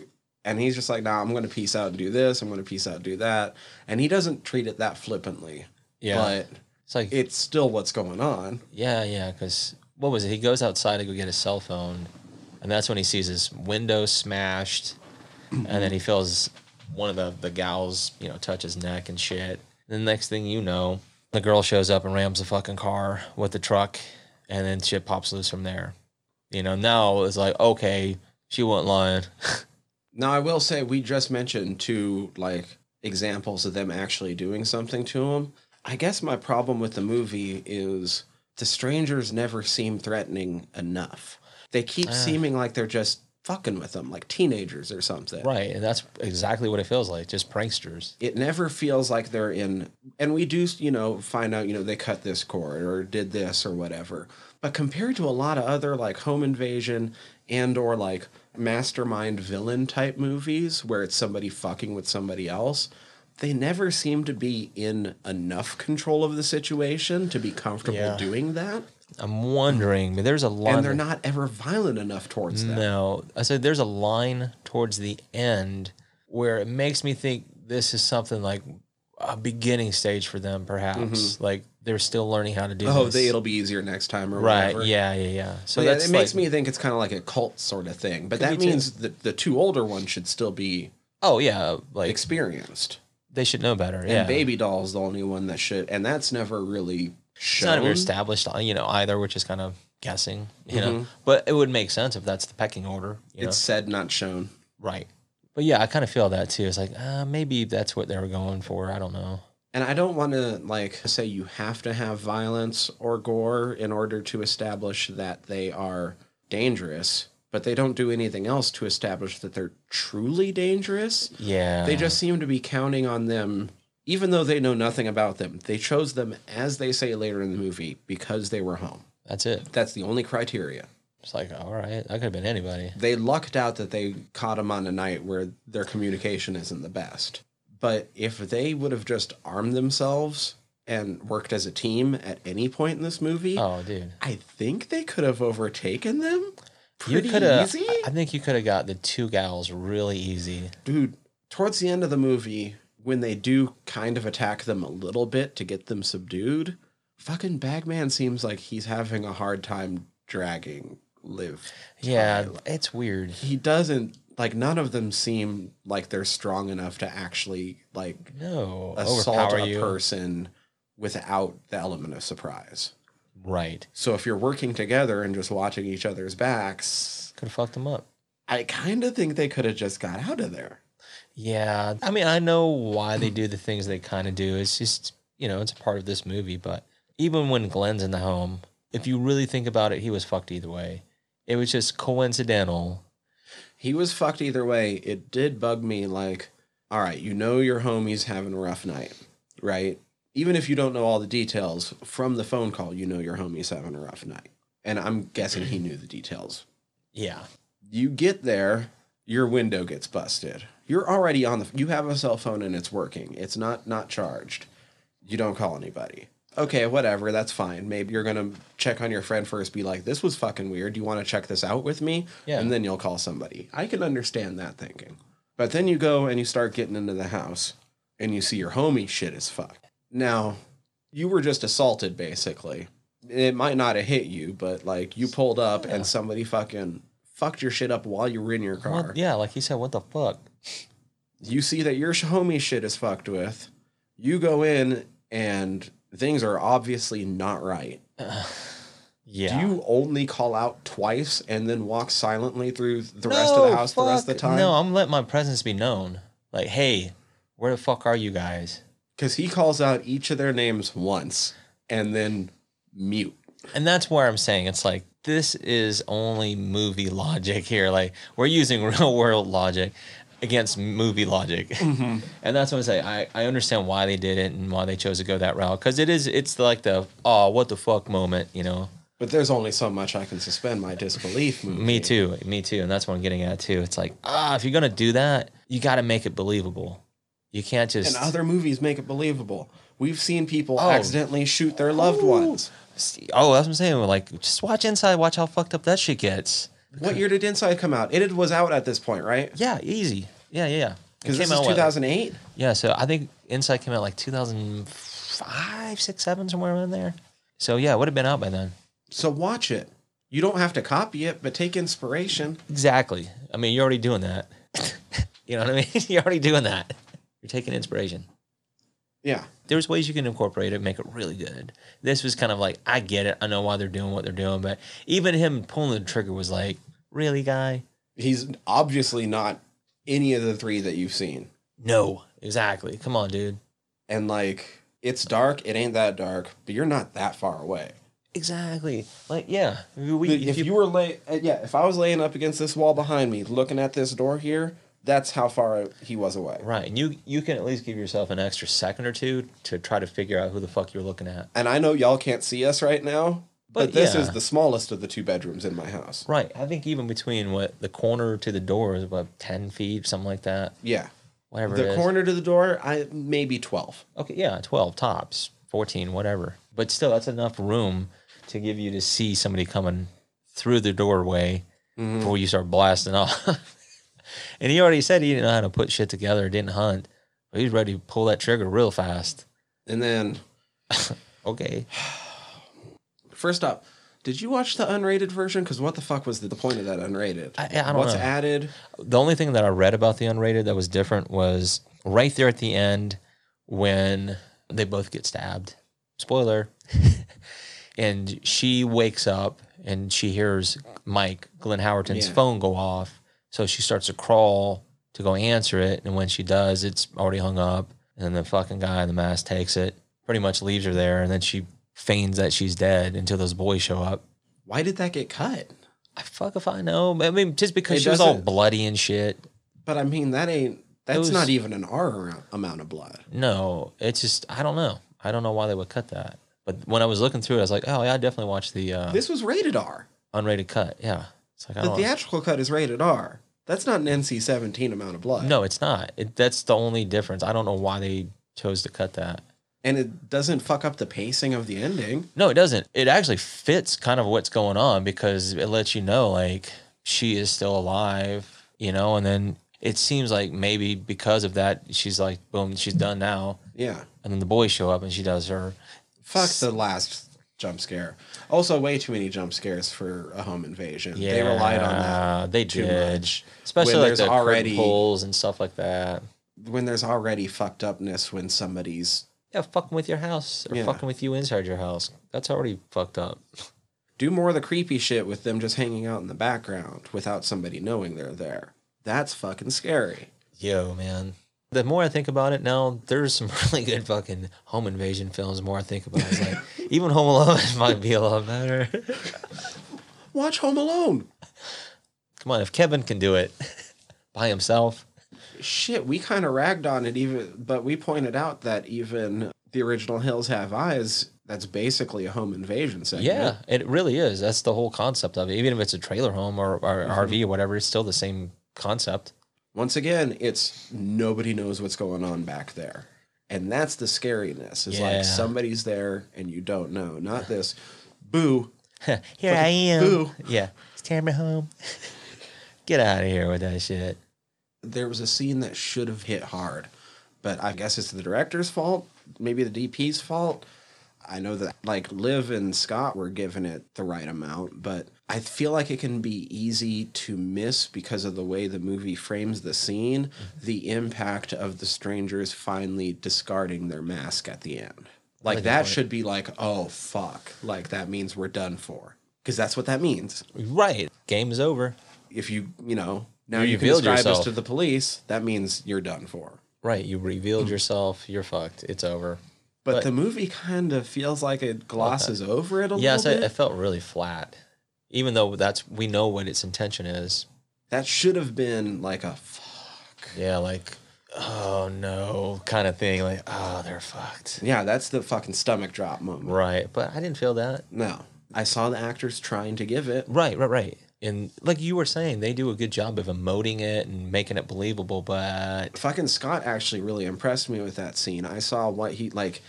S1: and he's just like nah i'm gonna peace out and do this i'm gonna peace out and do that and he doesn't treat it that flippantly
S2: Yeah.
S1: but
S2: It's like
S1: it's still what's going on
S2: Yeah, yeah, because what was it? He goes outside to go get his cell phone, and that's when he sees his window smashed, and then he feels one of the, the gals, you know, touch his neck and shit. And the next thing you know, the girl shows up and rams the fucking car with the truck, and then shit pops loose from there. You know, now it's like, okay, she wasn't lying.
S1: Now, I will say we just mentioned two like examples of them actually doing something to him. I guess my problem with the movie is the strangers never seem threatening enough. They keep seeming like they're just fucking with them, like teenagers or something.
S2: right. And that's exactly what it feels like just pranksters.
S1: It never feels like they're in, and we do, you know, find out, you know, they cut this cord or did this or whatever. But compared to a lot of other like home invasion and or like mastermind villain type movies where it's somebody fucking with somebody else, they never seem to be in enough control of the situation to be comfortable
S2: Yeah.
S1: doing that.
S2: I'm wondering, but there's a lot
S1: And
S2: of-
S1: they're not ever violent enough towards that.
S2: No, I said there's a line towards the end where it makes me think this is something like a beginning stage for them, perhaps. Like they're still learning how to do.
S1: Mm-hmm. Oh,
S2: this.
S1: they, it'll be easier next time or
S2: right.
S1: whatever.
S2: Yeah, yeah, yeah. So
S1: But yeah,
S2: that's
S1: it makes
S2: like-
S1: me think it's kind of like a cult sort of thing. But that
S2: be too.
S1: means that the two older ones should still be
S2: Oh yeah, like
S1: experienced.
S2: they should know better.
S1: And
S2: yeah,
S1: Baby Doll's the only one that should, and that's never really
S2: It's not
S1: shown.
S2: ever established, you know, either, which is kind of guessing, you know. But it would make sense if that's the pecking order. You know?
S1: Mm-hmm. It's said, not shown.
S2: right. But yeah, I kind of feel that too. It's like uh, maybe that's what they were going for. I don't know.
S1: And I don't want to like say you have to have violence or gore in order to establish that they are dangerous, but they don't do anything else to establish that they're truly dangerous.
S2: Yeah,
S1: They just seem to be counting on them, even though they know nothing about them. They chose them, as they say later in the movie, because they were home.
S2: that's it.
S1: That's the only criteria.
S2: It's like all right, that could have been anybody.
S1: They lucked out that they caught them on a night where their communication isn't the best. But if they would have just armed themselves and worked as a team at any point in this movie,
S2: Oh, dude.
S1: I think they could have overtaken them
S2: You
S1: pretty
S2: could have.
S1: easy.
S2: I think you could have got the two gals really easy.
S1: dude, towards the end of the movie, when they do kind of attack them a little bit to get them subdued, fucking Bagman seems like he's having a hard time dragging Liv.
S2: Yeah, it's weird.
S1: He doesn't like none of them seem like they're strong enough to actually like
S2: No,
S1: assault
S2: overpower
S1: a
S2: you.
S1: person without the element of surprise.
S2: right.
S1: So if you're working together and just watching each other's backs,
S2: Could have fucked them up.
S1: I kind of think they could have just got out of there.
S2: Yeah, I mean, I know why they do the things they kind of do. It's just you know, it's a part of this movie. But even when Glenn's in the home, if you really think about it, he was fucked either way. It was just coincidental.
S1: he was fucked either way. It did bug me like, all right, you know your homie's having a rough night, right? Even if you don't know all the details from the phone call, you know your homie's having a rough night. And I'm guessing he knew the details.
S2: Yeah,
S1: You get there, your window gets busted. You're already on the you have a cell phone and it's working. It's not not charged. You don't call anybody. okay, whatever, that's fine. Maybe you're gonna check on your friend first, be like, this was fucking weird. Do you want to check this out with me?
S2: Yeah.
S1: And then you'll call somebody. I can understand that thinking. But then you go and you start getting into the house and you see your homie shit as fuck. Now, you were just assaulted basically. It might not have hit you, but like you pulled up and somebody fucking fucked your shit up while you were in your car
S2: What- yeah, like he said, what the fuck?
S1: you see that your homie shit is fucked with. You go in and things are obviously not right.
S2: Yeah.
S1: Do you only call out twice and then walk silently through the
S2: No,
S1: rest of the house the rest of
S2: fuck.
S1: the time?
S2: No, I'm letting my presence be known. Like, hey, where the fuck are you guys?
S1: Because he calls out each of their names once and then mute.
S2: And that's where I'm saying it's like this is only movie logic here. Like we're using real world logic against movie logic,
S1: Mm-hmm.
S2: and that's what I'm saying. I I understand why they did it and why they chose to go that route because it is it's like the oh what the fuck moment, you know.
S1: But there's only so much I can suspend my disbelief. Movie.
S2: Me too, me too, and that's what I'm getting at too. It's like ah, if you're gonna do that, you got to make it believable. You can't just
S1: And other movies make it believable. We've seen people
S2: Oh.
S1: accidentally shoot their loved ones.
S2: oh that's what I'm saying. Like just watch Inside, watch how fucked up that shit gets.
S1: What year did Inside come out? It was out at this point, right?
S2: Yeah, easy. Yeah, yeah, yeah. It
S1: Because this
S2: came
S1: is
S2: out what, like,
S1: 2008.
S2: Yeah, so I think Inside came out like 2005, 6, 7, somewhere around there. So yeah, it would have been out by then.
S1: So watch it. You don't have to copy it, but take inspiration.
S2: Exactly. I mean, you're already doing that. you know what I mean? you're already doing that. You're taking inspiration.
S1: Yeah.
S2: There's ways you can incorporate it, make it really good. This was kind of like, I get it. I know why they're doing what they're doing, but even him pulling the trigger was like, really, guy?
S1: He's obviously not any of the three that you've seen.
S2: No. Exactly. Come on, dude.
S1: And like, it's dark. It ain't that dark, but you're not that far away.
S2: Exactly. Like, yeah. We,
S1: If you were lay, uh, yeah, if I was laying up against this wall behind me, looking at this door here, that's how far he was away.
S2: Right, and you you can at least give yourself an extra second or two to try to figure out who the fuck you're looking at.
S1: And I know y'all can't see us right now, but,
S2: But
S1: this
S2: yeah.
S1: is the smallest of the two bedrooms in my house.
S2: Right, I think even between what the corner to the door is about ten feet, something like that.
S1: Yeah.
S2: Whatever it
S1: The
S2: is.
S1: corner to the door, I maybe 12.
S2: Okay, yeah, twelve tops, fourteen, whatever. But still, that's enough room to give you to see somebody coming through the doorway
S1: Mm-hmm.
S2: before you start blasting off. and he already said he didn't know how to put shit together, didn't hunt, but he's ready to pull that trigger real fast.
S1: And then
S2: Okay,
S1: First up, did you watch the unrated version? Because what the fuck was the, the point of that unrated?
S2: I- I don't
S1: What's
S2: know.
S1: added?
S2: The only thing that I read about the unrated that was different was right there at the end when they both get stabbed. Spoiler. and she wakes up and she hears Mike Glenn Howerton's
S1: Yeah.
S2: phone go off. So she starts to crawl to go answer it. And when she does, it's already hung up. And then the fucking guy in the mask takes it, pretty much leaves her there. And then she feigns that she's dead until those boys show up.
S1: Why did that get cut?
S2: I fuck if I know. I mean, just because
S1: It
S2: she was all
S1: doesn't-
S2: bloody and shit.
S1: But I mean, that ain't. That's
S2: was-
S1: not even an R amount- amount of blood.
S2: No, it's just I don't know. I don't know why they would cut that. But when I was looking through it, I was like, oh yeah, I definitely watched the uh,
S1: This was rated R.
S2: unrated cut. Yeah, it's like I
S1: The
S2: don't.
S1: theatrical cut is rated R. That's not an NC-17 amount of blood.
S2: no, it's not. It, that's the only difference. I don't know why they chose to cut that.
S1: and it doesn't fuck up the pacing of the ending.
S2: No, it doesn't. It actually fits kind of what's going on because it lets you know like she is still alive, you know, and then it seems like maybe because of that she's like boom, she's done now.
S1: Yeah,
S2: And then the boys show up and she does her
S1: fuck the last jump scare. Also, way too many jump scares for a home invasion. They relied on that
S2: Yeah, They
S1: too
S2: did,
S1: much.
S2: especially
S1: When
S2: like
S1: there's
S2: the
S1: already-
S2: already pulls and stuff like that.
S1: when there's already fucked upness when somebody's
S2: Yeah, fucking with your house or
S1: Yeah.
S2: fucking with you inside your house. That's already fucked up.
S1: Do more of the creepy shit with them just hanging out in the background without somebody knowing they're there. That's fucking scary.
S2: Yo, man. The more I think about it now, there's some really good fucking home invasion films. The more I think about it, it's like even Home Alone might be a lot better.
S1: Watch Home Alone.
S2: Come on, if Kevin can do it by himself,
S1: Shit, we kind of ragged on it even, but we pointed out that even the original Hills Have Eyes, that's basically a home invasion segment.
S2: yeah, it really is. That's the whole concept of it. Even if it's a trailer home or, or
S1: Mm-hmm.
S2: RV or whatever, it's still the same concept.
S1: Once again, it's nobody knows what's going on back there. And that's the scariness. Is
S2: Yeah.
S1: like somebody's there and you don't know. Not this boo.
S2: Here I am.
S1: Boo.
S2: Yeah. It's Tamara home. Get out of here with that shit.
S1: There was a scene that should have hit hard, but I guess it's the director's fault, maybe the DP's fault. I know that like Liv and Scott were giving it the right amount, but I feel like it can be easy to miss because of the way the movie frames the scene, the impact of the strangers finally discarding their mask at the end. Like that should be like, oh fuck, like that means we're done for. Because that's what that means.
S2: Right. Game is over.
S1: If you, you know, now
S2: You
S1: you, can
S2: revealed
S1: describe
S2: yourself.
S1: us to the police, that means you're done for.
S2: Right. You revealed yourself. You're fucked. It's over.
S1: But,
S2: But-
S1: the movie kind of feels like it glosses over it a
S2: Yes,
S1: little
S2: it,
S1: bit.
S2: it felt really flat. Even though that's we know what its intention is.
S1: that should have been like a fuck.
S2: Yeah, like oh no kind of thing. Like, oh they're fucked.
S1: Yeah, that's the fucking stomach drop moment.
S2: Right. But I didn't feel that.
S1: No, I saw the actors trying to give it.
S2: Right, right, right. And like you were saying, they do a good job of emoting it and making it believable, but
S1: Fucking Scott actually really impressed me with that scene. I saw what he like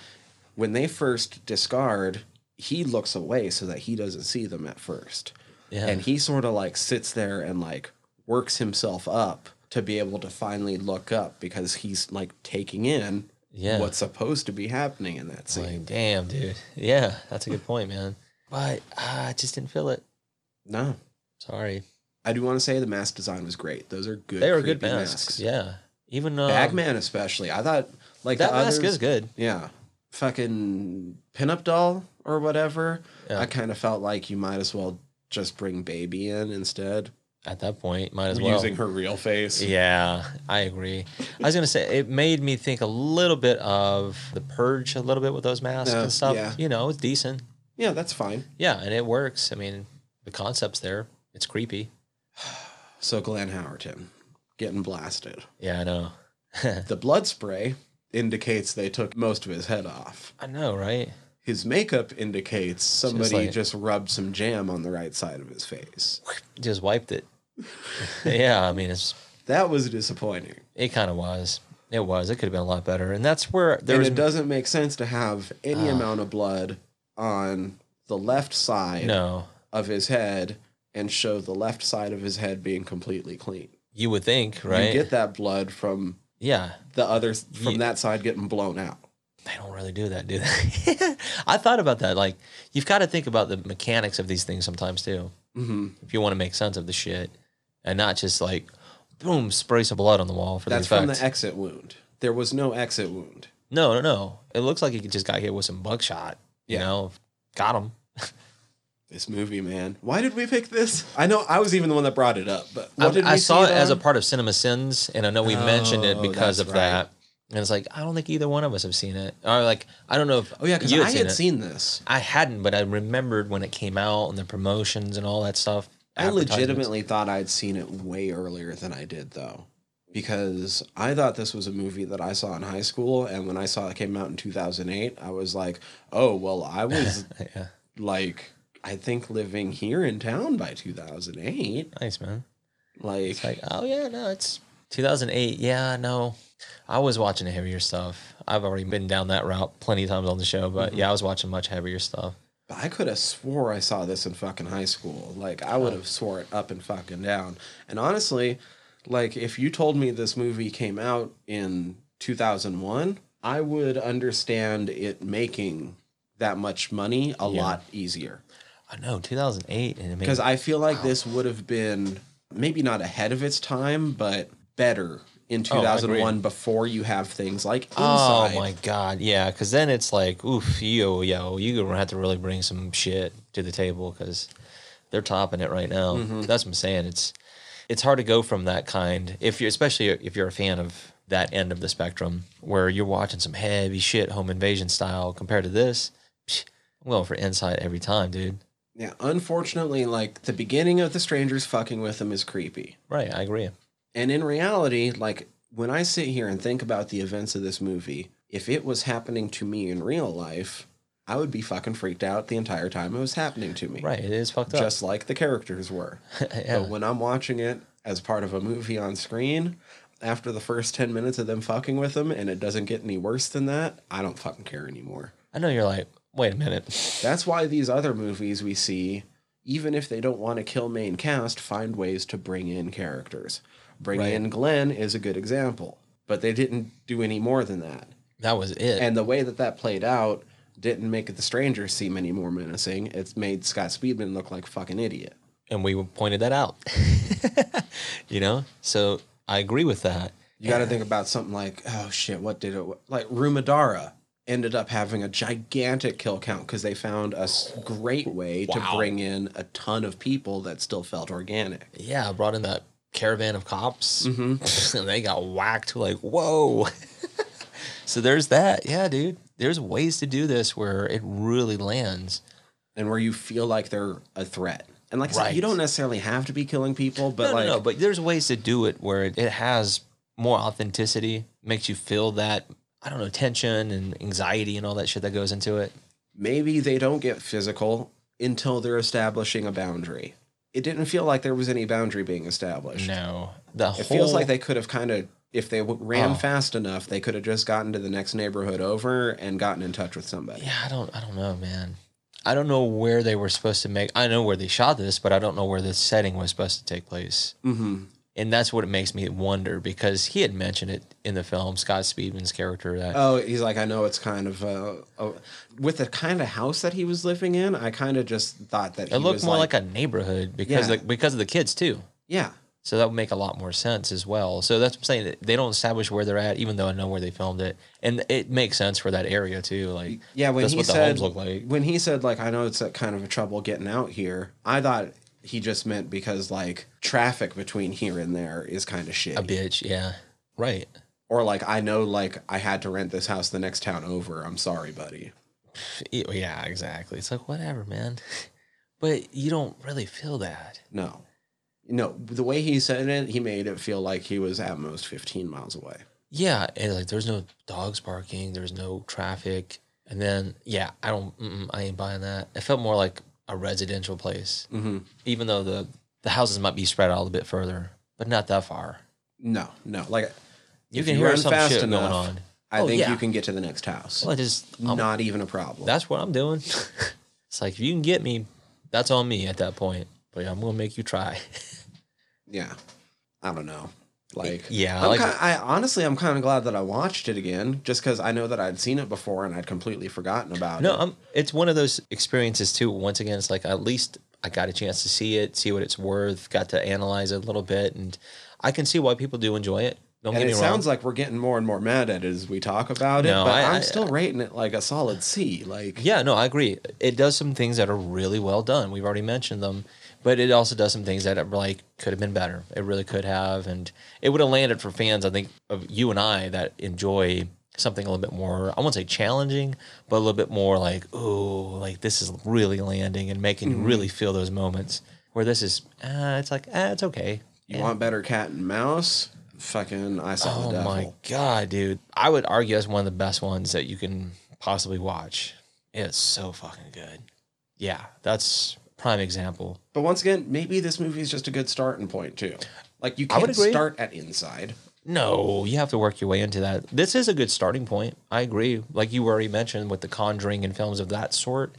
S1: when they first discard. He looks away so that he doesn't see them at first,
S2: Yeah.
S1: and he sort of like sits there and like works himself up to be able to finally look up because he's like taking in
S2: Yeah.
S1: what's supposed to be happening in that scene.
S2: like, damn, dude. Yeah, that's a good point, man. But ah, I just didn't feel it.
S1: no,
S2: Sorry.
S1: I do want to say the mask design was great. Those are good.
S2: They were good
S1: creepy
S2: masks. Yeah. Even um,
S1: Bagman especially. I thought like
S2: that
S1: the
S2: mask
S1: others,
S2: is good.
S1: Yeah, fucking pinup doll or whatever.
S2: Yeah.
S1: I kind of felt like you might as well just bring baby in instead,
S2: At that point, might as well.
S1: her real face.
S2: Yeah, I agree. I was gonna say it made me think a little bit of the purge a little bit with those masks
S1: Yeah,
S2: and stuff.
S1: Oh, yeah.
S2: You know, it's decent.
S1: Yeah, that's fine.
S2: Yeah, and it works. I mean, the concept's there. It's creepy.
S1: So Glenn Howerton getting blasted.
S2: Yeah, I know.
S1: The blood spray indicates they took most of his head off.
S2: I know, right?
S1: His makeup indicates somebody just,
S2: like-
S1: rubbed some jam on the right side of his face.
S2: Just wiped it. yeah, I mean, it's
S1: That was disappointing.
S2: it kind of was. It was. It could have been a lot better. And that's where there
S1: and
S2: was Ah.
S1: it doesn't make sense to have any amount of blood on the left side
S2: no.
S1: of his head and show the left side of his head being completely clean.
S2: You would think, right?
S1: You get that blood from
S2: yeah.
S1: the other from
S2: Ye-
S1: that side getting blown out.
S2: they don't really do that, do they? I thought about that. Like, you've got to think about the mechanics of these things sometimes too,
S1: Mm-hmm.
S2: if you want to make sense of the shit, and not just like, boom, spray some blood on the wall for
S1: That's
S2: the
S1: from
S2: effect.
S1: the exit wound. There was no exit wound.
S2: no, no, no. It looks like he just got hit with some buckshot. You
S1: Yeah.
S2: know, got him.
S1: This movie, man. Why did we pick this? I know I was even the one that brought it up, but
S2: I,
S1: what did
S2: I
S1: we
S2: saw it
S1: see
S2: as a
S1: on?
S2: part of Cinema Sins, and I know we mentioned it
S1: Oh,
S2: because
S1: that's
S2: of that. And it's like I don't think either one of us have seen it, or like I don't know if
S1: Oh yeah, because
S2: you
S1: I had
S2: it.
S1: seen this.
S2: I hadn't, but I remembered when it came out and the promotions and all that stuff.
S1: I
S2: advertisements.
S1: legitimately thought I'd seen it way earlier than I did, though, because I thought this was a movie that I saw in high school. And when I saw it came out in 2008, I was like, oh, well, I was
S2: yeah.
S1: like, I think living here in town by 2008.
S2: Nice, man.
S1: Like,
S2: Like, oh yeah, no, it's 2008. Yeah, no, I was watching the heavier stuff. I've already been down that route plenty of times on the show, but
S1: Mm-hmm.
S2: yeah, I was watching much heavier stuff.
S1: I could have swore I saw this in fucking high school. Like, I
S2: Oh.
S1: would have swore it up and fucking down. And honestly, like, if you told me this movie came out in 2001, I would understand it making that much money a lot easier.
S2: I know 2008, and I mean,
S1: Because I feel like this would have been maybe not ahead of its time, but better in
S2: I agree.
S1: 2001 before you have things like
S2: oh
S1: Inside.
S2: my god, yeah, because then it's like, oof, yo, yo, you're gonna have to really bring some shit to the table because they're topping it right now. That's what I'm saying. It's it's hard to go from that kind if you, especially if you're a fan of that end of the spectrum where you're watching some heavy shit, home invasion style, compared to this. Psh, I'm going for inside every time, dude.
S1: Yeah, unfortunately, like, the beginning of The Strangers fucking with them is creepy.
S2: Right, I agree.
S1: And in reality, like when I sit here and think about the events of this movie, if it was happening to me in real life, I would be fucking freaked out the entire time it was happening to me.
S2: Right, it is fucked up.
S1: Just like the characters were.
S2: yeah,
S1: But when I'm watching it as part of a movie on screen, after the first 10 minutes of them fucking with them and it doesn't get any worse than that, I don't fucking care anymore.
S2: I know you're like, wait a minute.
S1: That's why these other movies we see, even if they don't want to kill main cast, find ways to bring in characters. Bring
S2: Right.
S1: in Glenn is a good example, but they didn't do any more than that.
S2: That was it.
S1: And the way that that played out didn't make the stranger seem any more menacing. It's made Scott Speedman look like a fucking idiot.
S2: and we pointed that out. you know, so I agree with that.
S1: You got to think about something like, oh shit, what did it like? Rumadara ended up having a gigantic kill count because they found a s- great way
S2: Wow.
S1: to bring in a ton of people that still felt organic.
S2: Yeah, I brought in that caravan of cops,
S1: Mm-hmm.
S2: and they got whacked. Like, whoa! so there's that. Yeah, dude. There's ways to do this where it really lands.
S1: and where you feel like they're a threat. And like I said,
S2: Right.
S1: you don't necessarily have to be killing people, but
S2: no,
S1: like
S2: no, no, but there's ways to do it where it, it has more authenticity, makes you feel that I don't know tension and anxiety and all that shit that goes into it.
S1: maybe they don't get physical until they're establishing a boundary. It didn't feel like there was any boundary being established.
S2: No, the whole
S1: It feels like they could have kind of, if they w- ran
S2: Oh.
S1: fast enough, they could have just gotten to the next neighborhood over and gotten in touch with somebody.
S2: Yeah, I don't I don't know, man. I don't know where they were supposed to make I know where they shot this, but I don't know where the setting was supposed to take place.
S1: Mm-hmm.
S2: And that's what it makes me wonder because he had mentioned it in the film, Scott Speedman's character that
S1: Oh, he's like, I know it's kind of uh, uh, with the kind of house that he was living in. I kind of just thought that
S2: it
S1: he
S2: looked
S1: was
S2: more like, a neighborhood because
S1: Yeah.
S2: the, because of the kids too.
S1: yeah,
S2: So that would make a lot more sense as well. So that's what I'm saying. that They don't establish where they're at, even though I know where they filmed it, and it makes sense for that area too. Like,
S1: Yeah, when
S2: that's
S1: he
S2: what the
S1: said
S2: homes look like.
S1: when he said like I know it's a kind of a trouble getting out here, I thought he just meant because like traffic between here and there is kind of
S2: A
S1: shitty.
S2: bitch, yeah, right.
S1: Or like I know like I had to rent this house the next town over. I'm sorry, buddy.
S2: E, Yeah, exactly. It's like whatever, man. But you don't really feel that.
S1: No. No, the way he said it, he made it feel like he was at most 15 miles away.
S2: Yeah, and like there's no dogs barking, there's no traffic, and then yeah, I don't, mm-mm, I ain't buying that. It felt more like a residential place,
S1: Mm-hmm.
S2: even though the the houses might be spread out a bit further, but not that far.
S1: No, no. Like
S2: You
S1: If
S2: can
S1: you
S2: hear
S1: run
S2: some
S1: fast
S2: shit
S1: enough,
S2: going on.
S1: I
S2: Oh,
S1: think
S2: yeah.
S1: you can get to the next house.
S2: Well, I just I'm-
S1: Not even a problem.
S2: that's what I'm doing. it's like if you can get me, that's on me at that point. But I'm gonna make you try.
S1: yeah i don't know like
S2: yeah, I
S1: I'm
S2: like
S1: ki- i honestly i'm kind of glad that i watched it again just because i know that i'd seen it before and i'd completely forgotten about
S2: No,
S1: it
S2: I'm, it's one of those experiences too. Once again, it's like at least I got a chance to see it, see what it's worth, got to analyze it a little bit, and I can see why people do enjoy it. Don't
S1: and
S2: get
S1: it
S2: me
S1: sounds
S2: wrong.
S1: like we're getting more and more mad at it as we talk about it
S2: No,
S1: but
S2: I-
S1: I,
S2: I-
S1: am still rating it like a solid c like
S2: yeah, no, I agree. It does some things that are really well done. We've already mentioned them, but it also does some things that are like could have been better. It really could have, and it would have landed for fans. I think of you and I that enjoy something a little bit more. I won't say challenging, but a little bit more like, oh, like this is really landing and making you really feel those moments. Where this is, uh, it's like, ah, it's okay.
S1: you want better cat and mouse fucking i saw
S2: Oh
S1: the devil
S2: my god, dude! I would argue that's one of the best ones that you can possibly watch. It's so fucking good. Yeah, that's prime example.
S1: but once again maybe this movie is just a good starting point too like you
S2: I would
S1: can't
S2: agree.
S1: start at inside
S2: No, you have to work your way into that. This is a good starting point. I agree. Like you already mentioned with the Conjuring and films of that sort,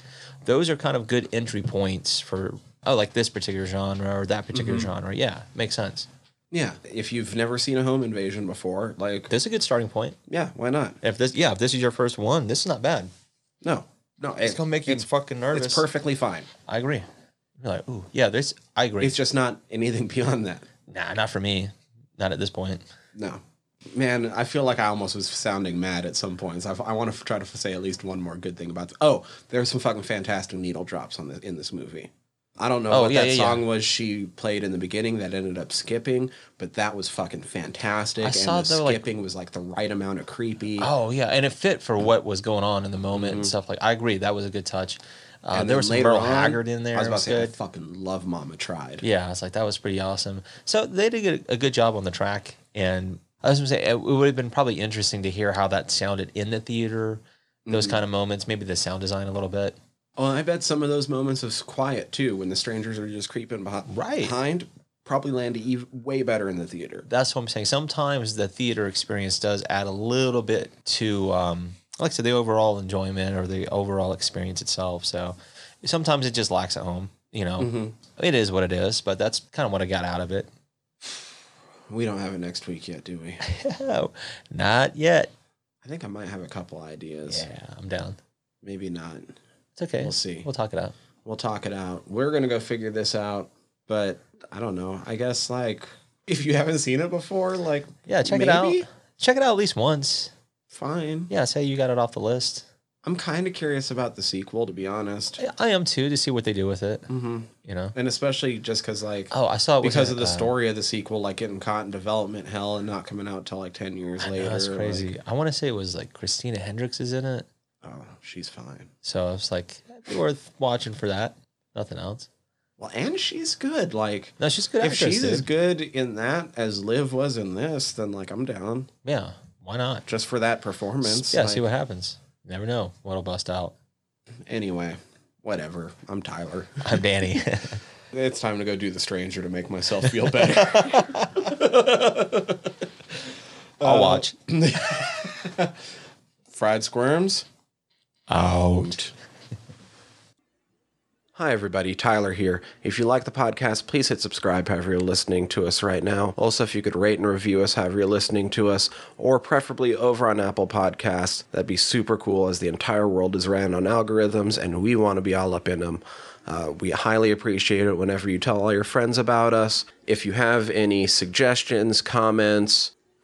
S2: those are kind of good entry points for oh, like this particular genre or that particular
S1: Mm-hmm.
S2: genre. Yeah, makes sense.
S1: yeah if you've never seen a home invasion before like
S2: This is a good starting point.
S1: yeah why not
S2: If this, yeah, if this is your first one, this is not bad.
S1: no no
S2: It's gonna make you fucking nervous.
S1: it's perfectly fine
S2: I agree. You're like, ooh, yeah, this. I agree.
S1: It's just not anything beyond that.
S2: Nah, not for me. Not at this point.
S1: No. Man, I feel like I almost was sounding mad at some points. i I want to try to say at least one more good thing about. Th- oh, there's some fucking fantastic needle drops on the, in this movie. I don't know
S2: Oh,
S1: what
S2: yeah,
S1: that
S2: yeah, yeah.
S1: song was she played in the beginning that ended up skipping, but that was fucking fantastic.
S2: I saw
S1: and
S2: they
S1: the
S2: were like-
S1: skipping was like the right amount of creepy.
S2: Oh yeah, and it fit for what was going on in the moment and stuff like. I agree. That was a good touch. Uh, there
S1: Mm-hmm. then
S2: was some
S1: later
S2: Merle
S1: on,
S2: Haggard in there.
S1: I was about to say, I
S2: good.
S1: fucking love Mama Tried.
S2: yeah, I was like, that was pretty awesome. So they did a, a good job on the track, and I was gonna say it, would have been probably interesting to hear how that sounded in the theater. Those
S1: Mm-hmm.
S2: kind of moments, maybe the sound design a little bit.
S1: Well, I bet some of those moments of quiet too, when the strangers are just creeping behind,
S2: Right.
S1: behind probably land ev- way better in the theater.
S2: that's what I'm saying. Sometimes the theater experience does add a little bit to, um, like I said, the overall enjoyment or the overall experience itself. So sometimes it just lacks at home. You know,
S1: Mm-hmm.
S2: It is what it is, but that's kind of what I got out of it.
S1: We don't have it next week yet, do we?
S2: No, not yet.
S1: I think I might have a couple ideas.
S2: Yeah, I'm down.
S1: Maybe not.
S2: It's okay.
S1: We'll see.
S2: We'll talk it out.
S1: We'll talk it out. We're gonna go figure this out, but I don't know. I guess like if you haven't seen it before, like
S2: Yeah, check it
S1: maybe?
S2: out. Check it out at least once.
S1: Fine.
S2: Yeah, say you got it off the list.
S1: I'm kind of curious about the sequel, to be honest,
S2: I- I am too to see what they do with it. Mm-hmm. You know.
S1: and especially just because like
S2: Oh, I saw it was
S1: because
S2: a-
S1: of the
S2: uh,
S1: story of the sequel, like getting caught in development hell and not coming out till like ten years
S2: I know,
S1: later.
S2: that's
S1: like,
S2: crazy. I want to say it was like Christina Hendricks is in it.
S1: oh, she's fine.
S2: So I was like, that'd be worth watching for that. Nothing else.
S1: Well, and she's good. Like
S2: No, she's a good.
S1: if
S2: actress,
S1: she's as
S2: dude.
S1: good in that as Liv was in this, then like I'm down
S2: yeah, why not?
S1: just for that performance.
S2: yeah,
S1: like,
S2: see what happens. Never know what'll bust out.
S1: Anyway, whatever. I'm Tyler.
S2: I'm Danny.
S1: It's time to go do the stranger to make myself feel better.
S2: I'll
S1: Uh,
S2: watch.
S1: Fried squirms.
S2: Out.
S1: Hi, everybody. Tyler here. If you like the podcast, please hit subscribe however you're listening to us right now. Also, if you could rate and review us however you're listening to us, or preferably over on Apple Podcasts, that'd be super cool as the entire world is ran on algorithms and we want to be all up in them. Uh, we highly appreciate it whenever you tell all your friends about us. If you have any suggestions, comments,